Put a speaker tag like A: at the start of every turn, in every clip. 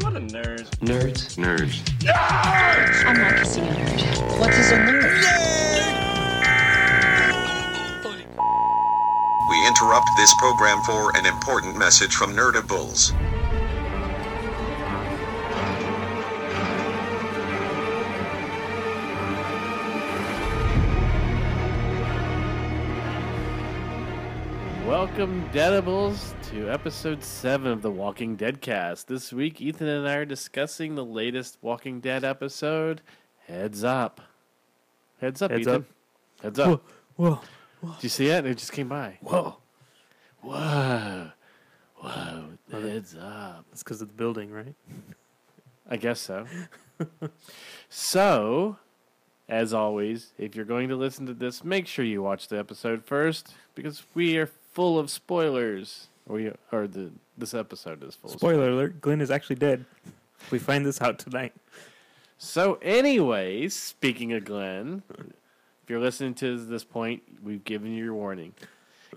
A: What a nerd.
B: Nerds.
C: Nerds.
D: I'm Marcus, the nerd.
B: What is a nerd?
E: We interrupt this program for an important message from Nerdables.
A: Welcome, Deadables, to episode 7 of the Walking Dead cast. This week, Ethan and I are discussing the latest Walking Dead episode, Heads Up. Heads Up,
F: Heads
A: Ethan.
F: Up.
A: Heads Up.
F: Whoa.
A: Did you see it? It just came by.
F: Whoa.
A: Whoa. Whoa. Heads Up.
F: That's because of the building, right?
A: I guess so. so, as always, if you're going to listen to this, make sure you watch the episode first because we are full of spoilers. We or the this episode is full. of
F: Spoiler alert Glenn is actually dead. We find this out tonight.
A: So, anyways, speaking of Glenn, if you're listening to this point, we've given you your warning.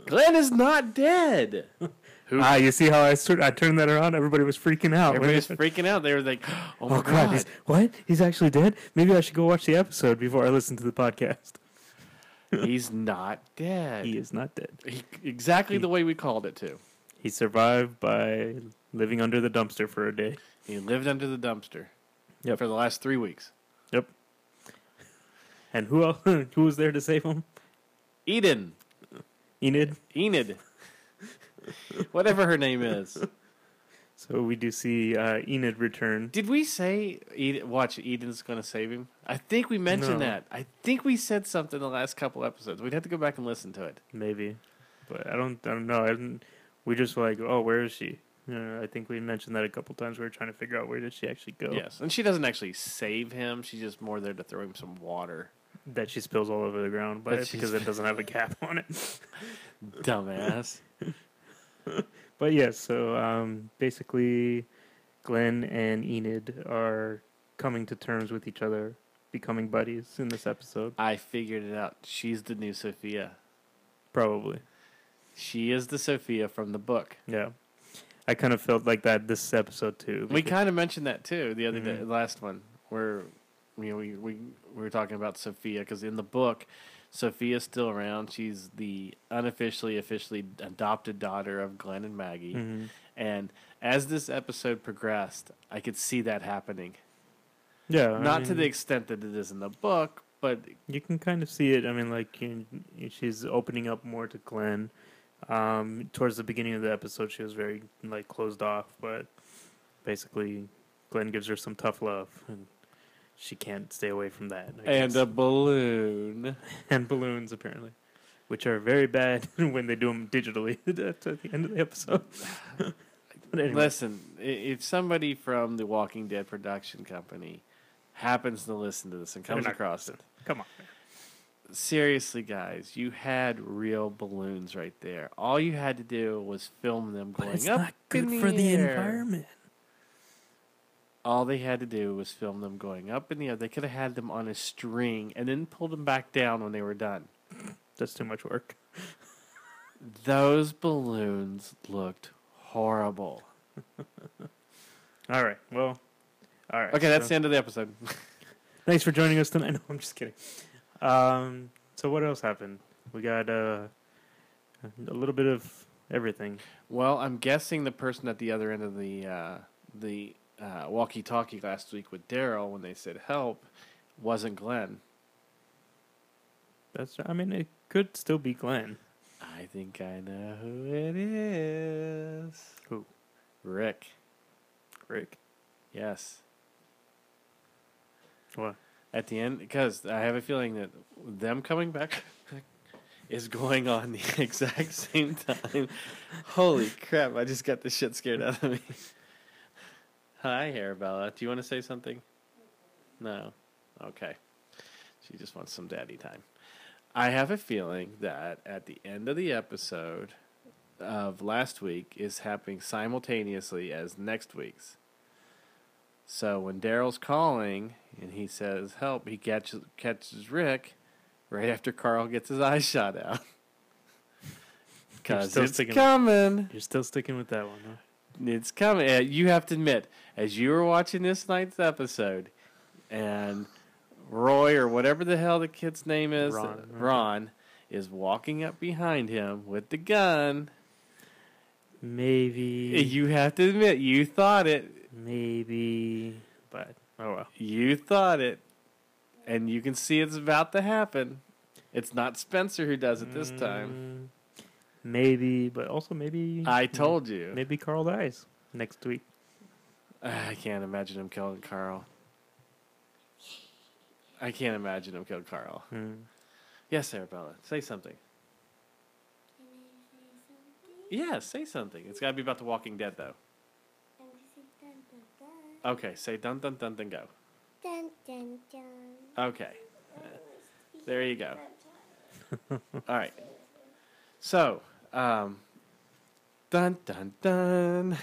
A: Glenn is not dead. Who?
F: Ah, you see how I, sur- I turned that around? Everybody was freaking out.
A: Everybody's freaking out. They were like, "Oh my
F: oh, God.
A: god!"
F: He's, what? He's actually dead? Maybe I should go watch the episode before I listen to the podcast.
A: He's not dead.
F: He is not dead.
A: He- exactly the way we called it too.
F: He survived by living under the dumpster for a day.
A: He lived under the dumpster.
F: Yep.
A: For the last three weeks.
F: Yep. And who else, who was there to save him?
A: Eden.
F: Enid.
A: Enid. Whatever her name is.
F: So we do see uh, Enid return.
A: Did we say Eden, watch Eden's going to save him? I think we mentioned
F: No.
A: that. I think we said something the last couple episodes. We'd have to go back and listen to it.
F: Maybe, but I don't. I don't know. I didn't, we just were like, oh, where is she? You know, I think we mentioned that a couple times. We were trying to figure out where did she actually go.
A: Yes. And she doesn't actually save him. She's just more there to throw him some water.
F: that she spills all over the ground, but
A: That
F: it's
A: she
F: because it
A: sp-
F: doesn't have a cap on it.
A: Dumbass.
F: But yeah, so um, basically, Glenn and Enid are coming to terms with each other, becoming buddies in this episode,
A: I figured it out. She's the new Sophia.
F: probably.
A: She is the Sophia from the book.
F: Yeah, I kind of felt like that this episode too.
A: We
F: because-
A: kind of mentioned that too the other day,
F: Mhm.
A: last one, where you know we we, we were talking about Sophia because in the book, Sophia's still around. She's the unofficially, officially adopted daughter of Glenn and Maggie.
F: Mhm.
A: And as this episode progressed, I could see that happening.
F: yeah, I
A: Not to
F: mean-
A: the extent that it is in the book, but
F: You can kind of see it. I mean, like you, she's opening up more to Glenn. Um, towards the beginning of the episode, she was very like closed off, but basically, Glenn gives her some tough love, and she can't stay away from that. I
A: and uh,
F: guess.
A: a balloon.
F: and balloons apparently, which are very bad when they do them digitally at the end of the episode. but anyway,
A: Listen, i- if somebody from the Walking Dead production company happens to listen to this and
F: They're
A: comes
F: not
A: across it,
F: come on.
A: seriously, guys, you had real balloons right there. All you had to do was film them going up in the air. All they had to do was film them going up in the air. They could have had them on a string and then pulled them back down when they were done.
F: That's too much work.
A: Those balloons looked horrible.
F: All right. Well. All right.
A: Okay, that's
F: so-
A: the end of the episode.
F: Thanks for joining us tonight. No, I'm just kidding. Um, so what else happened? We got uh, a little bit of everything.
A: Well, I'm guessing the person at the other end of the uh, the uh, walkie-talkie last week with Daryl when they said help wasn't Glenn.
F: That's I mean it could still be Glenn.
A: I think I know who it is.
F: Who?
A: Rick.
F: Rick.
A: Yes.
F: What?
A: At the end, because I have a feeling that them coming back is going on the exact same time. Holy crap! I just got the shit scared out of me. Hi, Arabella. Do you want to say something? No. Okay. She just wants some daddy time. I have a feeling that at the end of the episode of last week is happening simultaneously as next week's. So when Daryl's calling and he says help, he catches catches Rick right after Carl gets his eye shot out.
F: You're
A: Cause
F: still
A: it's
F: sticking-
A: coming.
F: You're still sticking with that one, huh?
A: it's coming. Uh, You have to admit, as you were watching this night's episode, and Roy or whatever the hell the kid's name is, uh,
F: Ron, right.
A: Ron is walking up behind him with the gun.
F: Maybe,
A: You have to admit, you thought it.
F: maybe, but oh well.
A: You thought it, and you can see it's about to happen. It's not Spencer who does it this time.
F: Mm, Maybe, but also maybe.
A: I told you. Ah,
F: Maybe Carl dies next week.
A: I can't imagine him killing Carl. I can't imagine him killing Carl.
F: Mm.
A: Yes, Arabella, say something. Yeah, say something. It's got to be about The Walking Dead, though. Okay, say dun dun dun dun go.
B: Dun dun dun. Oh
A: Okay. There you go. All right. So, um, dun dun dun.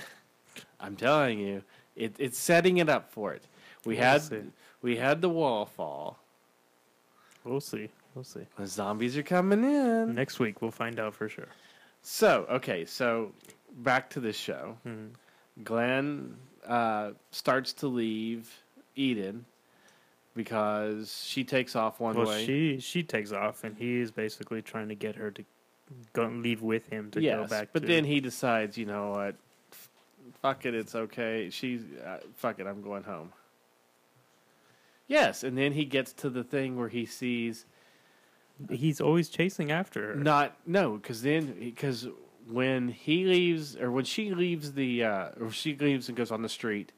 A: I'm telling you, it, it's setting it up for it. We
F: We'll
A: had
F: see.
A: we had the wall fall.
F: We'll see. We'll see.
A: The zombies are coming in.
F: Next week we'll find out for sure.
A: So, okay, so back to the show.
F: Mhm.
A: Glenn uh, starts to leave Eden because she takes off one
F: well,
A: way.
F: she she takes off, and he's basically trying to get her to go leave with him to go back.
A: But
F: to,
A: then he decides, you know what? f- Fuck it, it's okay. She's uh, fuck it. I'm going home. Yes, and then he gets to the thing where he sees
F: he's always chasing after her.
A: not no, because then because when he leaves or when she leaves the uh, or she leaves and goes on the street,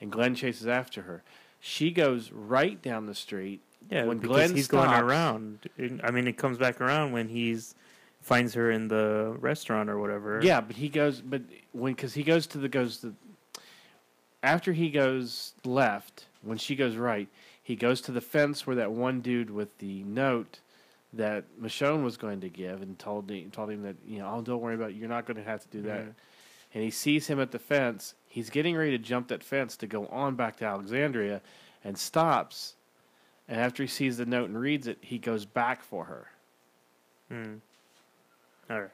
A: and Glenn chases after her. She goes right down the street.
F: yeah,
A: when
F: because
A: Glenn
F: he's
A: stops-
F: going around. And, I mean, it comes back around when he's finds her in the restaurant or whatever.
A: Yeah, but he goes, but when because he goes to the goes to after he goes left when she goes right, he goes to the fence where that one dude with the note that Michonne was going to give and told the- told him that you know oh don't worry about it, you're not going to have to do that,
F: Mhm.
A: and he sees him at the fence. He's getting ready to jump that fence to go on back to Alexandria, and stops. And after he sees the note and reads it, he goes back for her.
F: Mm. All right.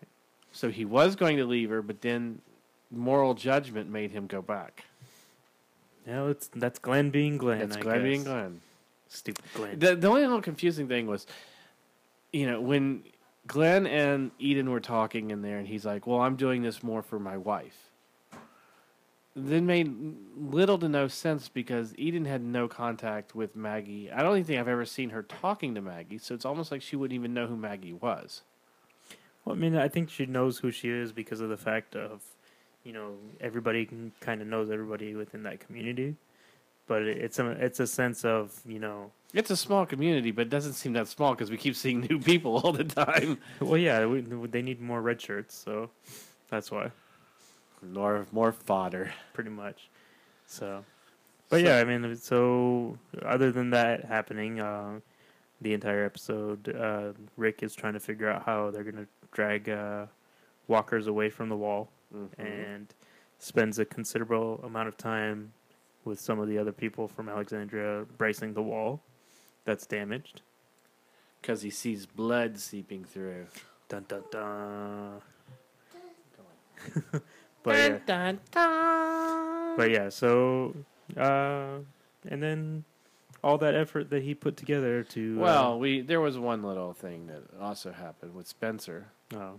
A: So he was going to leave her, but then moral judgment made him go back.
F: Now it's that's Glenn being Glenn.
A: That's
F: I
A: Glenn being
F: guess.
A: Glenn.
F: Stupid Glenn.
A: The, the only little confusing thing was, you know, when Glenn and Eden were talking in there, and he's like, "Well, I'm doing this more for my wife." Then made little to no sense because Eden had no contact with Maggie. I don't even think I've ever seen her talking to Maggie, so it's almost like she wouldn't even know who Maggie was.
F: Well, I mean, I think she knows who she is because of the fact of, you know, everybody kind of knows everybody within that community, but it- it's a it's a sense of you know,
A: It's a small community, but it doesn't seem that small because we keep seeing new people all the time.
F: well, yeah, we, they need more red shirts, so that's why,
A: More, more fodder.
F: pretty much. So, but
A: So-
F: yeah, I mean, so other than that happening, uh, the entire episode, uh, Rick is trying to figure out how they're gonna drag uh, walkers away from the wall.
A: Mm-hmm.
F: and spends a considerable amount of time with some of the other people from Alexandria bracing the wall that's damaged.
A: Because he sees blood seeping through.
F: Dun dun dun. but, yeah,
A: dun, dun.
F: but yeah, so uh, and then all that effort that he put together to uh,
A: Well, we there was one little thing that also happened with Spencer
F: oh,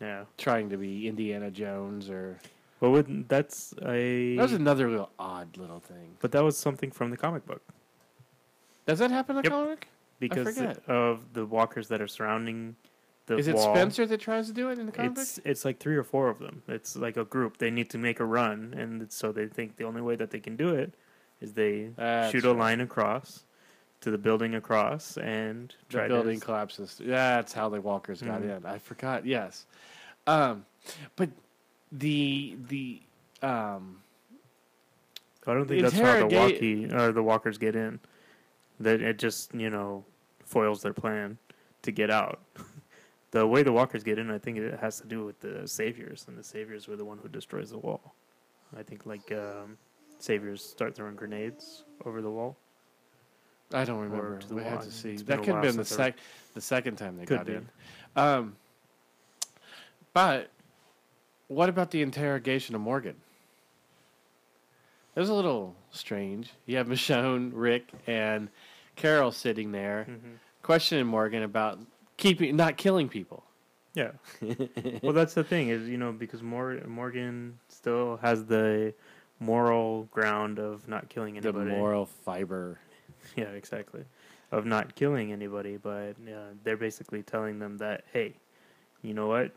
F: yeah,
A: trying to be Indiana Jones, or
F: but wouldn't that's a
A: that was another little odd little thing.
F: but that was something from the comic book
A: Does that happen in the
F: Yep.
A: comic?
F: because
A: forget.
F: of the walkers that are surrounding the
A: Is it
F: wall.
A: Spencer that tries to do it in the comic?
F: It's it's like three or four of them. It's like a group. They need to make a run, and so they think the only way that they can do it is they
A: That's
F: shoot a
A: right.
F: line across to the building across and try
A: the building
F: to.
A: collapses. That's how the walkers got in.
F: Mm-hmm.
A: I forgot. Yes, um, but the the um,
F: I don't think
A: the
F: that's how the walkie
A: interrogate-
F: or the walkers get in. That it just you know foils their plan to get out. the way the walkers get in, I think it has to do with the saviors, and the saviors were the one who destroys the wall. I think like um, saviors start throwing grenades over the wall.
A: I don't remember.
F: to the
A: We had
F: wall.
A: to see.
F: It's been
A: That
F: a
A: could have
F: while
A: been the
F: since I-
A: sec- the second time they
F: Could
A: got
F: be.
A: in. Um, but what about the interrogation of Morgan? It was a little strange. You have Michonne, Rick, and Carol sitting there
F: Mm-hmm.
A: questioning Morgan about keeping not killing people.
F: Yeah. well, that's the thing is you know because Mor- Morgan still has the moral ground of not killing
A: The
F: anybody.
A: moral fiber.
F: Yeah, exactly. Of not killing anybody, but uh, they're basically telling them that hey, you know what,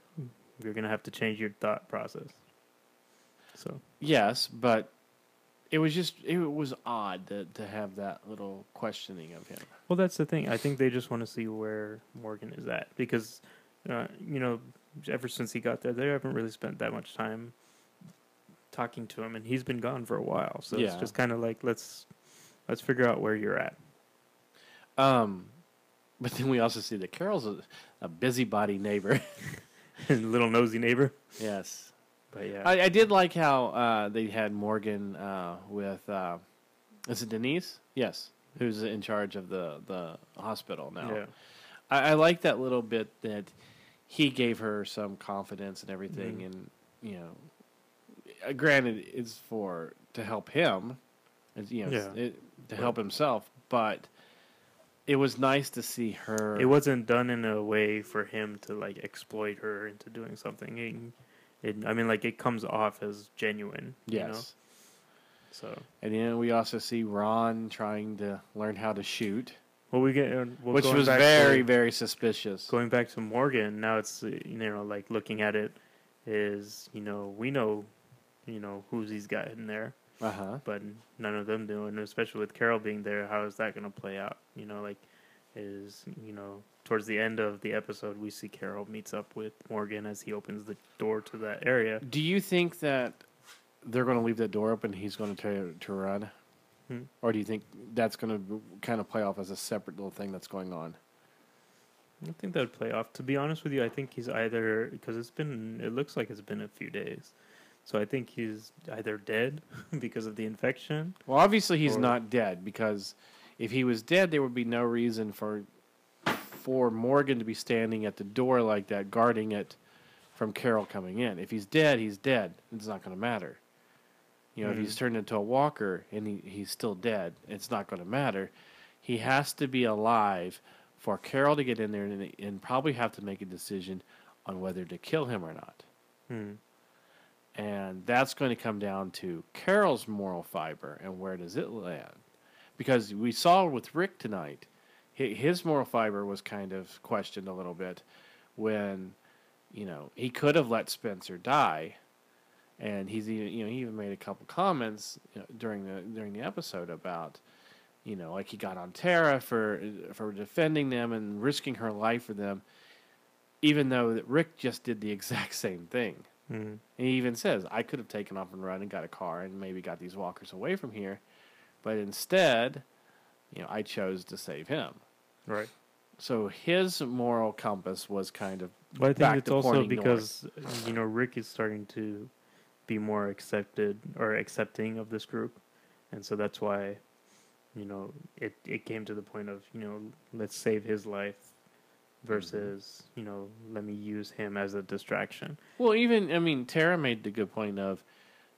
F: you're gonna have to change your thought process. So
A: Yes, but it was just it was odd to, to have that little questioning of him.
F: Well, that's the thing. I think they just want to see where Morgan is at because, uh, you know, ever since he got there, they haven't really spent that much time talking to him, and he's been gone for a while. So it's
A: Yeah.
F: just kind of like let's let's figure out where you're at.
A: Um, but then we also see that Carol's a, a busybody neighbor.
F: Little nosy neighbor.
A: yes,
F: But yeah,
A: I, I did like how uh, they had Morgan uh, with uh, is it Denise? Yes, who's in charge of the the hospital now.
F: yeah,
A: I, I like that little bit that he gave her some confidence and everything,
F: Mhm.
A: and you know, uh, granted, it's for to help him, it's, you know, it's-
F: Yeah.
A: it, to help himself, but it was nice to see her.
F: it wasn't done in a way for him to like exploit her into doing something. It, it, I mean, like it comes off as genuine.
A: yes.
F: You know? So
A: And then we also see Ron trying to learn how to shoot,
F: well, we get uh, well,
A: which
F: going
A: was
F: back to-
A: very, very suspicious.
F: going back to Morgan, now it's uh, you know like looking at it is you know we know you know who's he's got in there,
A: Uh huh.
F: but none of them do, and especially with Carol being there, how is that going to play out? You know, like is you know towards the end of the episode we see Carol meets up with Morgan as he opens the door to that area.
A: Do you think that they're going to leave that door open? He's going to try to run,
F: Hmm.
A: or do you think that's going to kind of play off as a separate little thing that's going on?
F: I don't think that would play off. To be honest with you, I think he's either because it's been it looks like it's been a few days. So I think he's either dead because of the infection
A: Well, obviously he's
F: Or-
A: not dead because if he was dead, there would be no reason for for Morgan to be standing at the door like that, guarding it from Carol coming in. If he's dead, he's dead. It's not going to matter. You know, if he's turned into a walker and he, he's still dead, it's not going to matter. He has to be alive for Carol to get in there and, and probably have to make a decision on whether to kill him or not.
F: Hmm.
A: And that's going to come down to Carol's moral fiber and where does it land? Because we saw with Rick tonight, hi- his moral fiber was kind of questioned a little bit when, you know, he could have let Spencer die. And he's even, you know, he even made a couple comments you know, during the during the episode about, you know, like he got on Tara for for defending them and risking her life for them, even though that Rick just did the exact same thing.
F: Mm.
A: And he even says, I could have taken off and run and got a car and maybe got these walkers away from here. But instead, you know, I chose to save him.
F: Right.
A: So his moral compass was kind of
F: But I think
A: back
F: it's
A: to
F: also
A: pointing north.
F: because you know Rick is starting to be more accepted or accepting of this group, and so that's why you know it it came to the point of you know let's save his life versus
A: Mm-hmm.
F: you know let me use him as a distraction.
A: Well, even I mean, Tara made the good point of,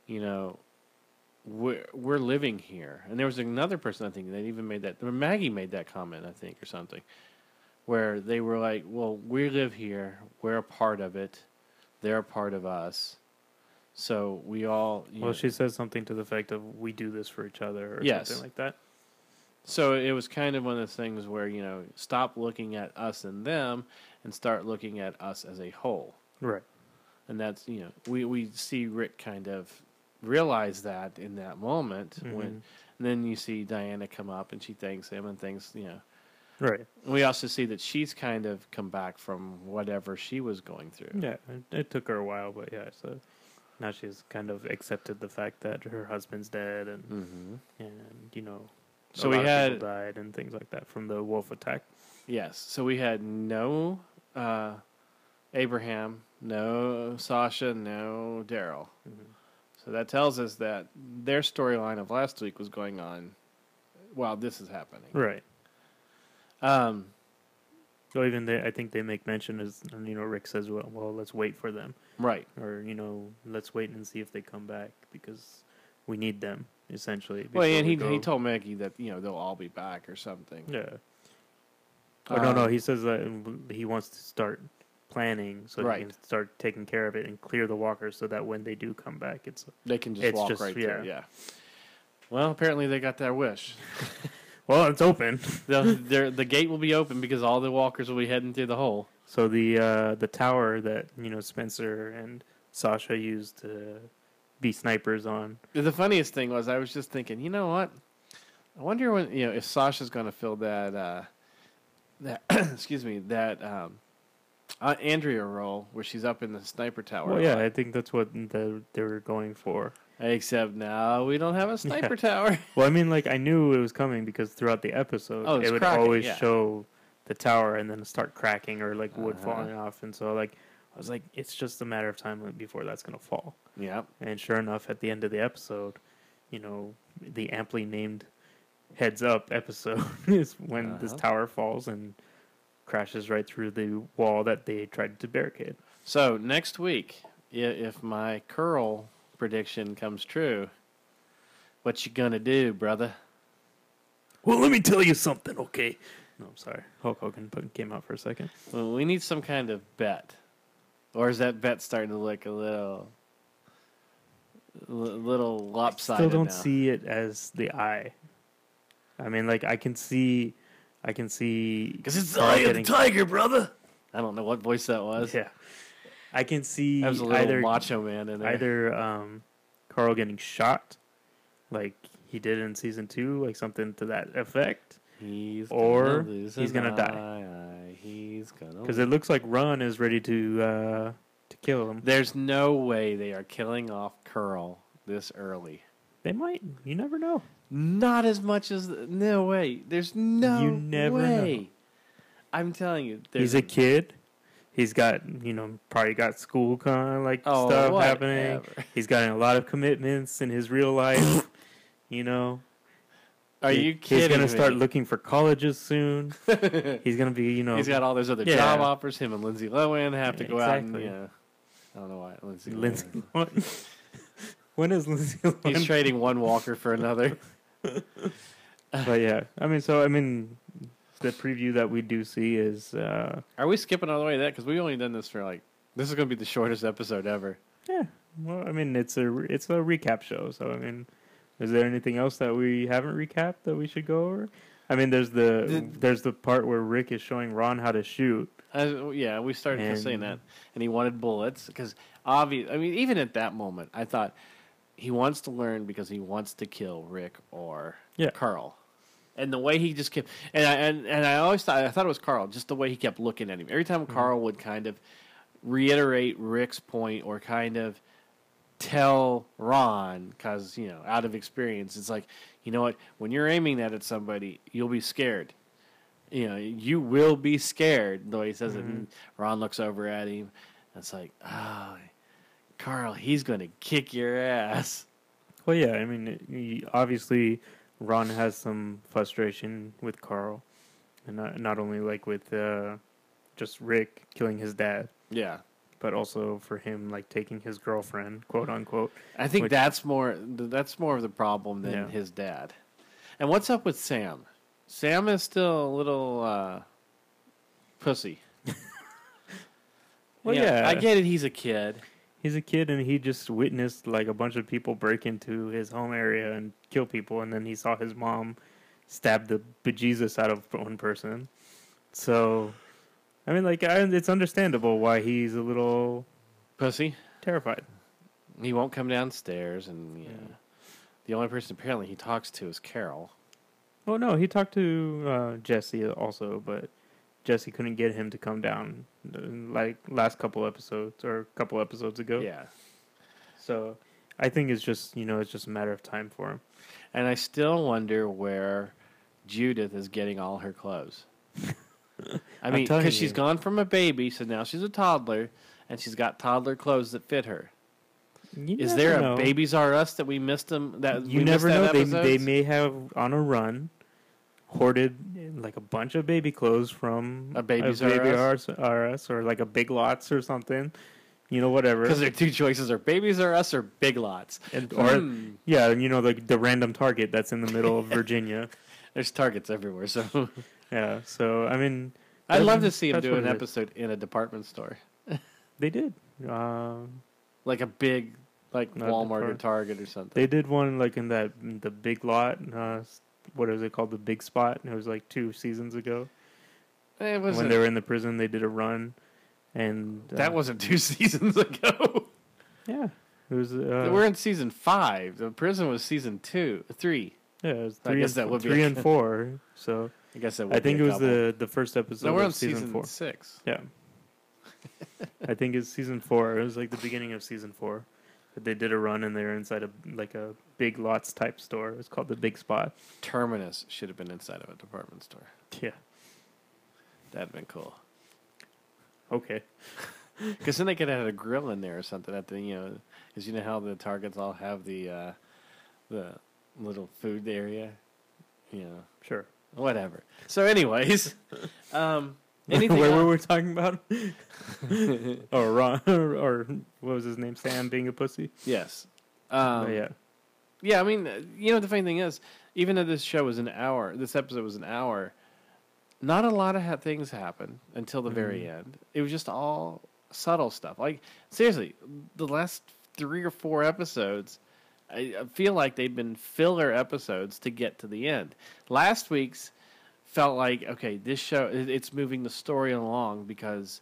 A: you know, we're we're living here, and there was another person I think that even made that. Or Maggie made that comment, I think, or something, where they were like, "Well, we live here. We're a part of it. They're a part of us. So we all." you know-
F: Well, she says something to the effect of "we do this for each other" or
A: Yes.
F: something like that.
A: So it was kind of one of those things where you know, stop looking at us and them, and start looking at us as a whole.
F: Right.
A: and that's you know we we see Rick kind of realize that in that moment when and then you see Diana come up and she thanks him and thanks you know
F: Right.
A: we also see that she's kind of come back from whatever she was going through
F: Yeah, it, it took her a while, but yeah, so now she's kind of accepted the fact that her husband's dead and
A: mm-hmm.
F: and you know, a
A: So we
F: lot of
A: had-
F: people died and things like that from the wolf attack.
A: yes so we had no uh Abraham no Sasha no Daryl so that tells us that their storyline of last week was going on while this is happening
F: Right.
A: um
F: So even they, I think they make mention is and, you know Rick says, well, well, let's wait for them,
A: right
F: or you know, let's wait and see if they come back because we need them. essentially.
A: Well,
F: before
A: and
F: we
A: he he
F: go.
A: told Maggie that you know they'll all be back or something.
F: Yeah. Oh no, no.
A: Um,
F: He says that um, he wants to start planning so he
A: Right.
F: can start taking care of it and clear the walkers so that when they do come back, it's
A: They can just
F: It's
A: walk
F: just-
A: right
F: yeah.
A: there. Yeah. Well, apparently they got their wish.
F: well, it's open.
A: the, their- the gate will be open because all the walkers will be heading through the hole.
F: So the uh, the tower that you know Spencer and Sasha used to be snipers on.
A: The funniest thing was I was just thinking, you know what? I wonder when you know if Sasha's going to fill that uh, that excuse me that um, uh, Andrea role where she's up in the sniper tower.
F: Well,
A: a
F: yeah,
A: lot.
F: I think that's what the, they were going for.
A: Except now we don't have a sniper tower.
F: Well, I mean, like I knew it was coming because throughout the episode,
A: Oh, it's
F: it would
A: cracking,
F: always
A: yeah.
F: show the tower and then start cracking or like wood
A: Uh-huh.
F: falling off, and so like I was like, it's just a matter of time before that's gonna fall.
A: yeah.
F: And sure enough, at the end of the episode, you know, the amply named "Heads Up" episode is when this
A: Uh-huh.
F: tower falls and crashes right through the wall that they tried to barricade.
A: So next week, i- if my curl prediction comes true, what you gonna do, brother?
F: Well, let me tell you something, okay? No, I'm sorry. Hulk Hogan put- came out for a second.
A: Well, we need some kind of bet, or is that bet starting to look a little, li- little lopsided?
F: Still don't
A: now?
F: see it as the eye. I mean, like I can see, I can see
A: because it's the
F: Carl
A: eye of the
F: getting-
A: tiger, brother. I don't know what voice that was.
F: Yeah, I can see
A: That was a little
F: either
A: macho man in there.
F: either um, Carl getting shot, like he did in season two, like something to that effect.
A: he's
F: or
A: gonna lose
F: he's
A: an
F: gonna die.
A: eye, eye, He's gonna
F: Because it looks like Ron is ready to uh, to kill him.
A: There's no way they are killing off Curl this early.
F: They might. You never know.
A: Not as much as no way. There's no
F: You never
A: way.
F: know.
A: I'm telling you,
F: He's a kid. He's got you know probably got school kind of like
A: Oh,
F: stuff happening.
A: whatever.
F: He's got a lot of commitments in his real life. you know.
A: Are
F: He-
A: you kidding?
F: He's gonna start
A: me?
F: looking for colleges soon. he's gonna be you know.
A: He's got all those other
F: Yeah.
A: job offers. Him and Lindsay Lohan have to
F: Yeah,
A: go out and
F: exactly.
A: yeah. I don't know why Lindsay.
F: Lindsay.
A: Lohan.
F: when is Lindsay?
A: He's
F: Lohan-
A: trading one Walker for another.
F: but yeah, I mean, so I mean, the preview that we do see is uh,
A: Are we skipping all the way to that? Because we've only done this for like this is going to be the shortest episode ever.
F: yeah. Well, I mean, it's a it's a recap show. So I mean, is there anything else that we haven't recapped that we should go over? I mean, there's the,
A: The-
F: there's the part where Rick is showing Ron how to shoot.
A: Uh, yeah, we started to saying
F: And-
A: that, and he wanted bullets because obvious. I mean, even at that moment, I thought he wants to learn because he wants to kill Rick or
F: Yeah.
A: Carl, and the way he just kept and I and, and I always thought I thought it was Carl, just the way he kept looking at him. Every time Carl would kind of reiterate Rick's point or kind of tell Ron because you know out of experience, it's like you know what when you're aiming that at somebody, you'll be scared you know, you will be scared. The way he says it, and Ron looks over at him. And it's like, oh, Carl, he's going to kick your ass.
F: Well, yeah, I mean, it- you- obviously, Ron has some frustration with Carl, and not not only like with uh, just Rick killing his dad,
A: Yeah,
F: but also for him like taking his girlfriend, quote unquote.
A: I think
F: Which-
A: that's more that's more of the problem than
F: Yeah.
A: his dad. And what's up with Sam? Sam is still a little uh, pussy.
F: Well,
A: You know,
F: yeah.
A: I get it. He's a kid.
F: He's a kid, and he just witnessed like a bunch of people break into his home area and kill people, and then he saw his mom stab the bejesus out of one person. So, I mean, like, I, it's understandable why he's a little
A: Pussy.
F: terrified.
A: He won't come downstairs, and yeah. the only person apparently he talks to is Carol.
F: Well, no, he talked to uh, Jesse also, but Jesse couldn't get him to come down uh, like last couple episodes or couple episodes ago.
A: Yeah.
F: So I think it's just you know it's just a matter of time for him.
A: And I still wonder where Judith is getting all her clothes. I
F: I'm
A: mean,
F: telling
A: because she's
F: you.
A: gone from a baby, so now she's a toddler, and she's got toddler clothes that fit her.
F: You
A: Is
F: never
A: there a
F: know.
A: Babies R Us that we missed them? That
F: You
A: we
F: never know.
A: missed that
F: They, they
A: episode?
F: may have on a run hoarded like a bunch of baby clothes from
A: A Babies
F: Baby
A: R
F: R Us- R Us or like a Big Lots or something, you know, whatever.
A: Because their two choices are Babies Are Us or Big Lots.
F: And, or
A: Hmm.
F: yeah, you know, like the random target that's in the middle of Virginia.
A: There's targets everywhere, so
F: Yeah, so I mean,
A: I'd love to
F: that's-
A: see him
F: that's
A: do
F: what
A: an
F: it is.
A: episode in a department store,
F: They did. Um,
A: like a big, like
F: Not
A: Walmart or
F: depart-
A: Target or something.
F: They did one like in that the big lot. Uh, s- what is it called? The big spot. And it was like two seasons ago
A: It wasn't,
F: when they were in the prison. They did a run, and uh,
A: that wasn't two seasons ago.
F: yeah. It was uh,
A: we're in season five. The prison was season two, three.
F: yeah. It was
A: I
F: three
A: guess
F: and,
A: that would be
F: three
A: a-
F: and four. So
A: I guess that. Would
F: I think
A: be
F: it
A: a
F: was
A: couple.
F: the the first episode
A: No, we're
F: of
A: on
F: season,
A: season
F: four.
A: six.
F: Yeah, I think it's season four. It was like the beginning of season four. But They did a run and they were inside a like a big lots type store. It's called the Big Spot.
A: Terminus should have been inside of a department store.
F: Yeah.
A: That'd been cool.
F: Okay.
A: Because then they could have had a grill in there or something. At the you know, because you know how the targets all have the uh, the little food area. You know,
F: Sure.
A: whatever. So, anyways, um, anything
F: Where
A: else?
F: were we talking about? or Ron, or what was his name? Sam being a pussy.
A: yes. Um,
F: Oh,
A: yeah.
F: yeah,
A: I mean, uh, you know, the funny thing is, even though this show was an hour, this episode was an hour. Not a lot of ha- things happened until the very
F: Mm-hmm.
A: end. It was just all subtle stuff. Like seriously, the last three or four episodes, I, I feel like they've been filler episodes to get to the end. Last week's felt like okay, this show it, it's moving the story along because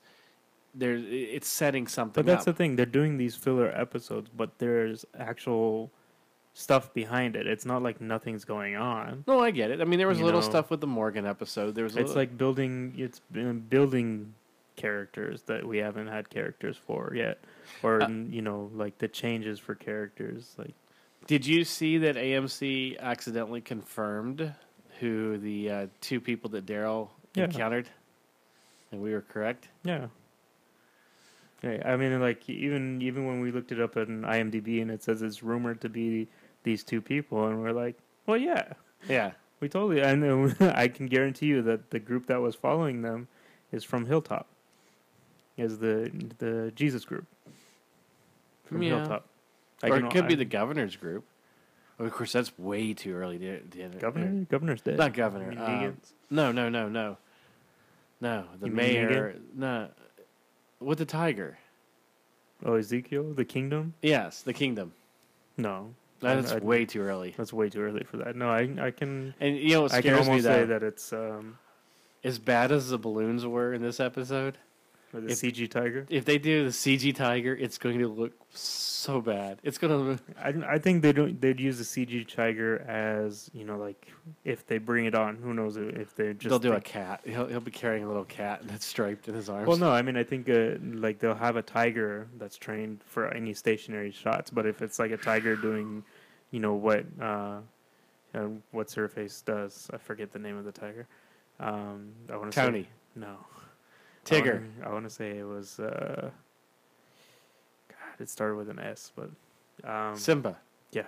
A: there's it- it's setting something.
F: but that's
A: up.
F: the thing. They're doing these filler episodes, but there's actual stuff behind it. It's not like nothing's going on.
A: No, I get it. I mean, there was
F: You
A: little
F: know.
A: stuff with the Morgan episode. There was a
F: It's
A: little,
F: like building. It's been building characters that we haven't had characters for yet, or
A: Uh,
F: you know, like the changes for characters. Like
A: Did you see that AMC accidentally confirmed who the uh, two people that Daryl
F: Yeah.
A: encountered? And we were correct.
F: yeah. Yeah, I mean, like even even when we looked it up on IMDb and it says it's rumored to be these two people, and we're like, well, yeah,
A: Yeah,
F: We totally. I know. I can guarantee you that the group that was following them is from Hilltop. Is the the Jesus group from
A: Yeah.
F: Hilltop?
A: or
F: can-
A: it could be
F: I-
A: the governor's group. Of course, that's way too early. To, to,
F: governor. Governor's dead.
A: Not governor.
F: You mean
A: uh,
F: Negan's?
A: no, no, no, no, no. The
F: You mean
A: mayor. No, with the tiger.
F: oh, Ezekiel, the kingdom.
A: Yes, the kingdom.
F: No, I-
A: That's
F: I-
A: way too early.
F: that's way too early for that. No, I I can
A: And you know what
F: I can
A: scares me
F: almost
A: though?
F: say that it's um
A: As bad as the balloons were in this episode,
F: the
A: If-
F: CG tiger.
A: if they do the CG tiger, it's going to look so bad. It's going to
F: I I think they don't they'd use the CG tiger as you know like if they bring it on. Who knows if they just
A: they'll do
F: think-
A: a cat. He'll he'll be carrying a little cat that's striped in his arms.
F: Well, no, I mean, I think uh, like they'll have a tiger that's trained for any stationary shots, but if it's like a tiger doing, you know what, uh, uh, what Surface does, I forget the name of the tiger. Um, I want to
A: Tony.
F: say, no
A: Tigger.
F: I want to say it was. Uh, God, it started with an S, but um,
A: Simba.
F: yeah.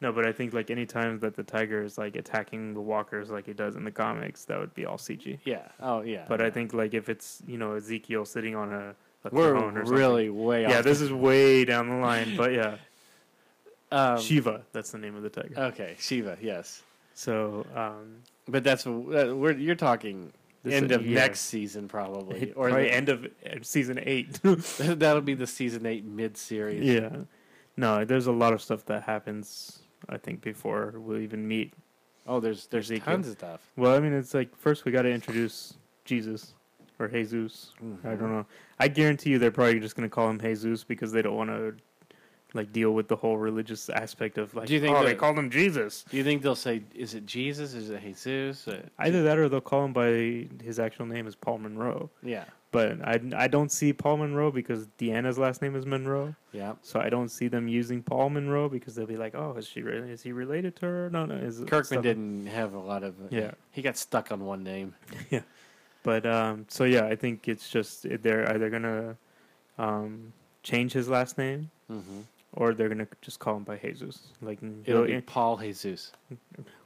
F: no, but I think like any time that the tiger is like attacking the walkers like it does in the comics, that would be all CG.
A: Yeah. Oh yeah.
F: But I think like if it's you know Ezekiel sitting on a, a
A: we're
F: throne or something.
A: really way off.
F: yeah, this is way down the line. But yeah,
A: um, uh,
F: Shiva, that's the name of the tiger.
A: Okay, Shiva. Yes,
F: so um,
A: but that's uh, we're you're talking
F: This-
A: end of
F: yeah.
A: next season probably,
F: or
A: or
F: probably
A: the-
F: end of uh, season eight.
A: that'll be the season eight mid series.
F: yeah, no, there's a lot of stuff that happens. I think before we'll even meet.
A: Oh, there's there's
F: Ezekiel.
A: tons of stuff.
F: Well, I mean, it's like first we got to introduce Jesus or Jesus. I
A: Mm-hmm.
F: don't know. I guarantee you, they're probably just gonna call him Jesus because they don't want to like deal with the whole religious aspect of like.
A: Do you think
F: oh,
A: that-
F: they called him Jesus?
A: Do you think they'll say is it Jesus? Is it Jesus? Uh,
F: Either that or they'll call him by his actual name is Paul Monroe.
A: yeah.
F: But I, I don't see Paul Monroe because Deanna's last name is Monroe.
A: Yeah.
F: So I don't see them using Paul Monroe because they'll be like, oh, is she re- is he related to her? No, no. Is it
A: Kirkman
F: stuff-
A: didn't have a lot of. uh,
F: Yeah.
A: He got stuck on one name.
F: But um, so yeah, I think it's just they're either gonna um, change his last name
A: Mm-hmm.
F: or they're gonna just call him by Jesus. Like
A: It'll
F: he'll-
A: be Paul Jesus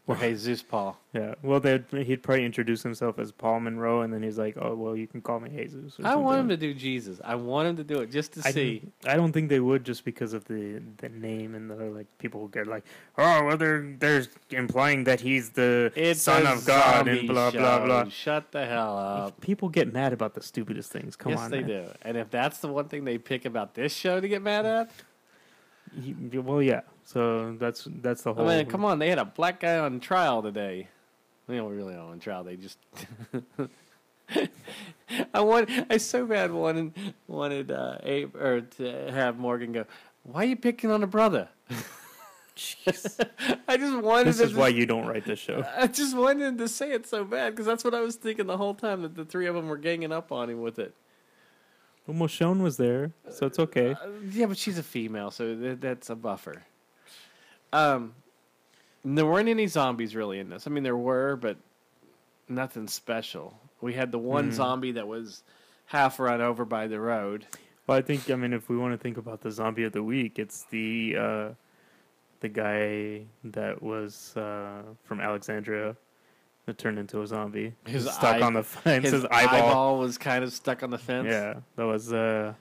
A: or Jesus Paul.
F: yeah. Well, they'd, he'd probably introduce himself as Paul Monroe, and then he's like, "Oh, well, you can call me Jesus." Or
A: I want him
F: something.
A: to do Jesus. I want him to do it just to
F: I,
A: see.
F: I don't think they would just because of the the name and the like. People will get like, "Oh, well, they're they're implying that he's the son
A: a
F: of God," and
A: zombie
F: blah blah
A: show.
F: blah.
A: Shut the hell up.
F: People get mad about the stupidest things. Come
A: yes,
F: on,
A: they
F: man.
A: do. And if that's the one thing they pick about this show to get mad at,
F: He- well, yeah. So that's that's the
A: I
F: whole.
A: mean, Oh, come on, they had a black guy on trial today. They don't really not on trial. They just. I want. I so bad wanted wanted uh, Abe or to have Morgan go. Why are you picking on a brother? I just wanted.
F: This
A: him
F: is
A: to-
F: why you don't write this show.
A: I just wanted him to say it so bad because that's what I was thinking the whole time that the three of them were ganging up on him with it.
F: Well, Michonne was there, so it's okay.
A: Uh, yeah, but she's a female, so th- that's a buffer. Um, and there weren't any zombies really in this. I mean, there were, but nothing special. We had the
F: Mm.
A: one zombie that was half run over by the road.
F: Well, I think I mean if we want to think about the zombie of the week, it's the uh, the guy that was uh, from Alexandria that turned into a zombie.
A: His
F: stuck
A: eye-
F: on the fence. His, eyeball.
A: was kind of stuck on the fence.
F: Yeah, that was uh,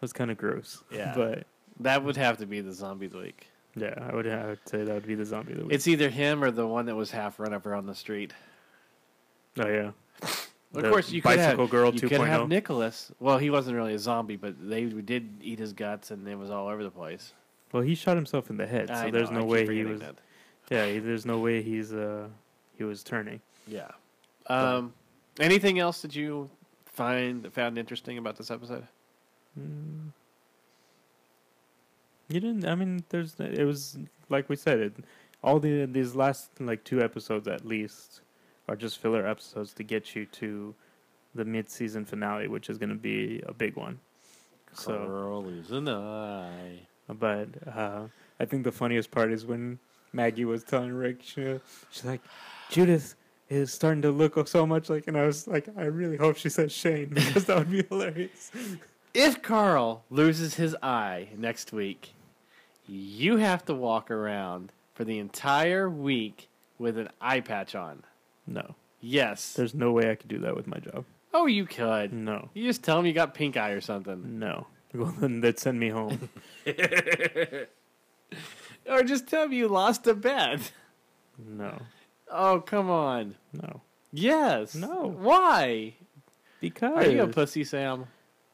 F: was kind of gross.
A: Yeah.
F: but
A: that would have to be the zombie of the week.
F: yeah, I would, I would say that would be the zombie of the week.
A: It's either him or the one that was half run over on the street.
F: oh yeah,
A: Of
F: The
A: course, you could have
F: Bicycle Girl oh.
A: You could have
F: 2.0.
A: Nicholas. Well, he wasn't really a zombie, but they did eat his guts, and it was all over the place.
F: well he shot himself in the head, so
A: I
F: there's
A: know, I
F: no
A: keep
F: way he
A: forgetting
F: was.
A: that.
F: Yeah, he- there's no way he's uh he was turning.
A: Yeah. Um, anything else that you find that found interesting about this episode?
F: Mm. You didn't. I mean, there's. It was like we said. It all the these last like two episodes at least are just filler episodes to get you to the mid season finale, which is going to be a big one. So,
A: Girl is an eye.
F: but uh, I think the funniest part is when Maggie was telling Rick, she, she's like, Judith is starting to look so much like, and I was like, I really hope she says Shane because that would be hilarious.
A: If Carl loses his eye next week, you have to walk around for the entire week with an eye patch on.
F: No,
A: Yes.
F: there's no way I could do that with my job.
A: oh, you could.
F: No.
A: You just tell him you got pink eye or something.
F: No. Well, then they'd send me home.
A: Or just tell him you lost a bet.
F: No.
A: Oh, come on.
F: No.
A: Yes.
F: No.
A: Why?
F: Because.
A: Are you a pussy, Sam?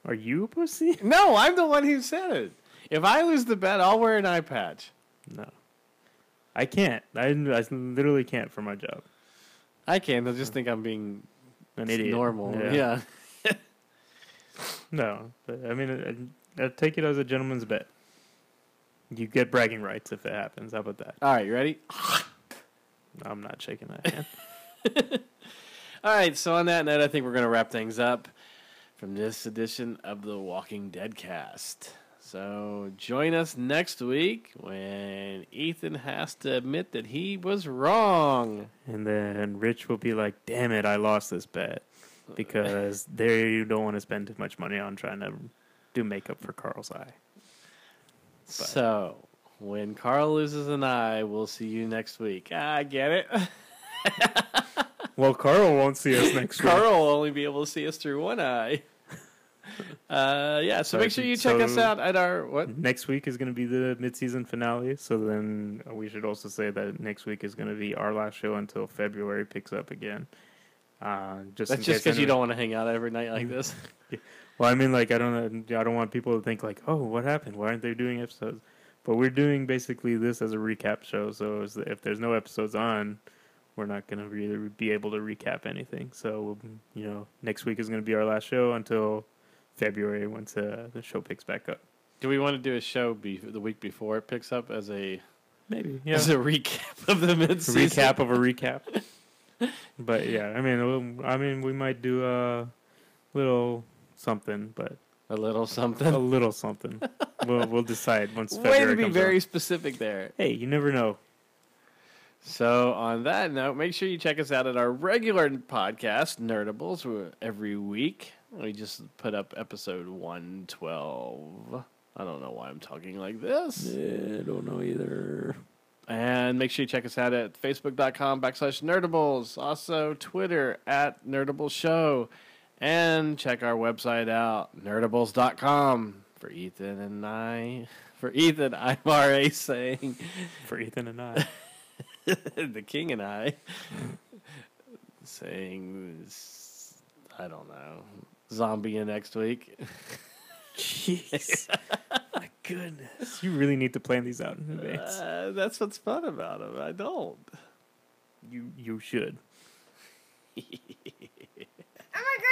F: Are you a pussy?
A: No, I'm the one who said it. If I lose the bet, I'll wear an eye patch.
F: No. I can't. I, I literally can't for my job.
A: I can. They'll just think I'm being
F: An idiot.
A: normal. Yeah.
F: No. But, I mean, I, I take it as a gentleman's bet. You get bragging rights if it happens. How about that?
A: All right, you ready?
F: I'm not shaking that hand.
A: All right, so on that note, I think we're going to wrap things up from this edition of the Walking Dead cast. So join us next week when Ethan has to admit that he was wrong.
F: and then Rich will be like, damn it, I lost this bet.
A: Uh.
F: Because there you don't want to spend too much money on trying to do makeup for Carl's eye.
A: So when Carl loses an eye, we'll see you next week. Ah, I get it.
F: Well, Carl won't see us next week.
A: Carl will only be able to see us through one eye. Uh, yeah, so
F: So-
A: make sure you check us
F: so-
A: out
F: Mm-hmm.
A: at our what?
F: Next week is going to be the mid-season finale, so then we should also say that next week is going to be our last show until February picks up again. Uh, just
A: That's
F: in
A: just
F: case
A: because you
F: anyone-
A: don't want to hang out every night like
F: Mm-hmm.
A: this.
F: Well, I mean, like I don't, I don't want people to think like, oh, what happened? Why aren't they doing episodes? But we're doing basically this as a recap show. So is- if there's no episodes on, we're not going to really be able to recap anything. So you know, next week is going to be our last show until February once uh, the show picks back up.
A: Do we want to do a show be- the week before it picks up as a
F: Maybe yeah.
A: as a recap of the mid
F: recap of a recap. but yeah, I mean, we'll- I mean, we might do a little something, but
A: A little
F: a
A: something.
F: little something. we'll we'll decide once
A: Way
F: February
A: to be
F: comes
A: very
F: around.
A: specific there.
F: Hey, you never know.
A: So, on that note, make sure you check us out at our regular podcast, Nerdables, where every week. We just put up episode 112. I don't know why I'm talking like this.
C: Yeah, I don't know either.
A: And make sure you check us out at facebook.com backslash nerdables. Also, Twitter at nerdables show. And check our website out, nerdables.com. For Ethan and I, for Ethan, I'm RA saying,
F: for Ethan and I.
A: the king and I, saying, s- I don't know, zombie in next week.
F: Jeez. My goodness. You really need to plan these out in advance.
A: Uh, that's what's fun about him. I don't.
F: You you should.
B: Oh my god.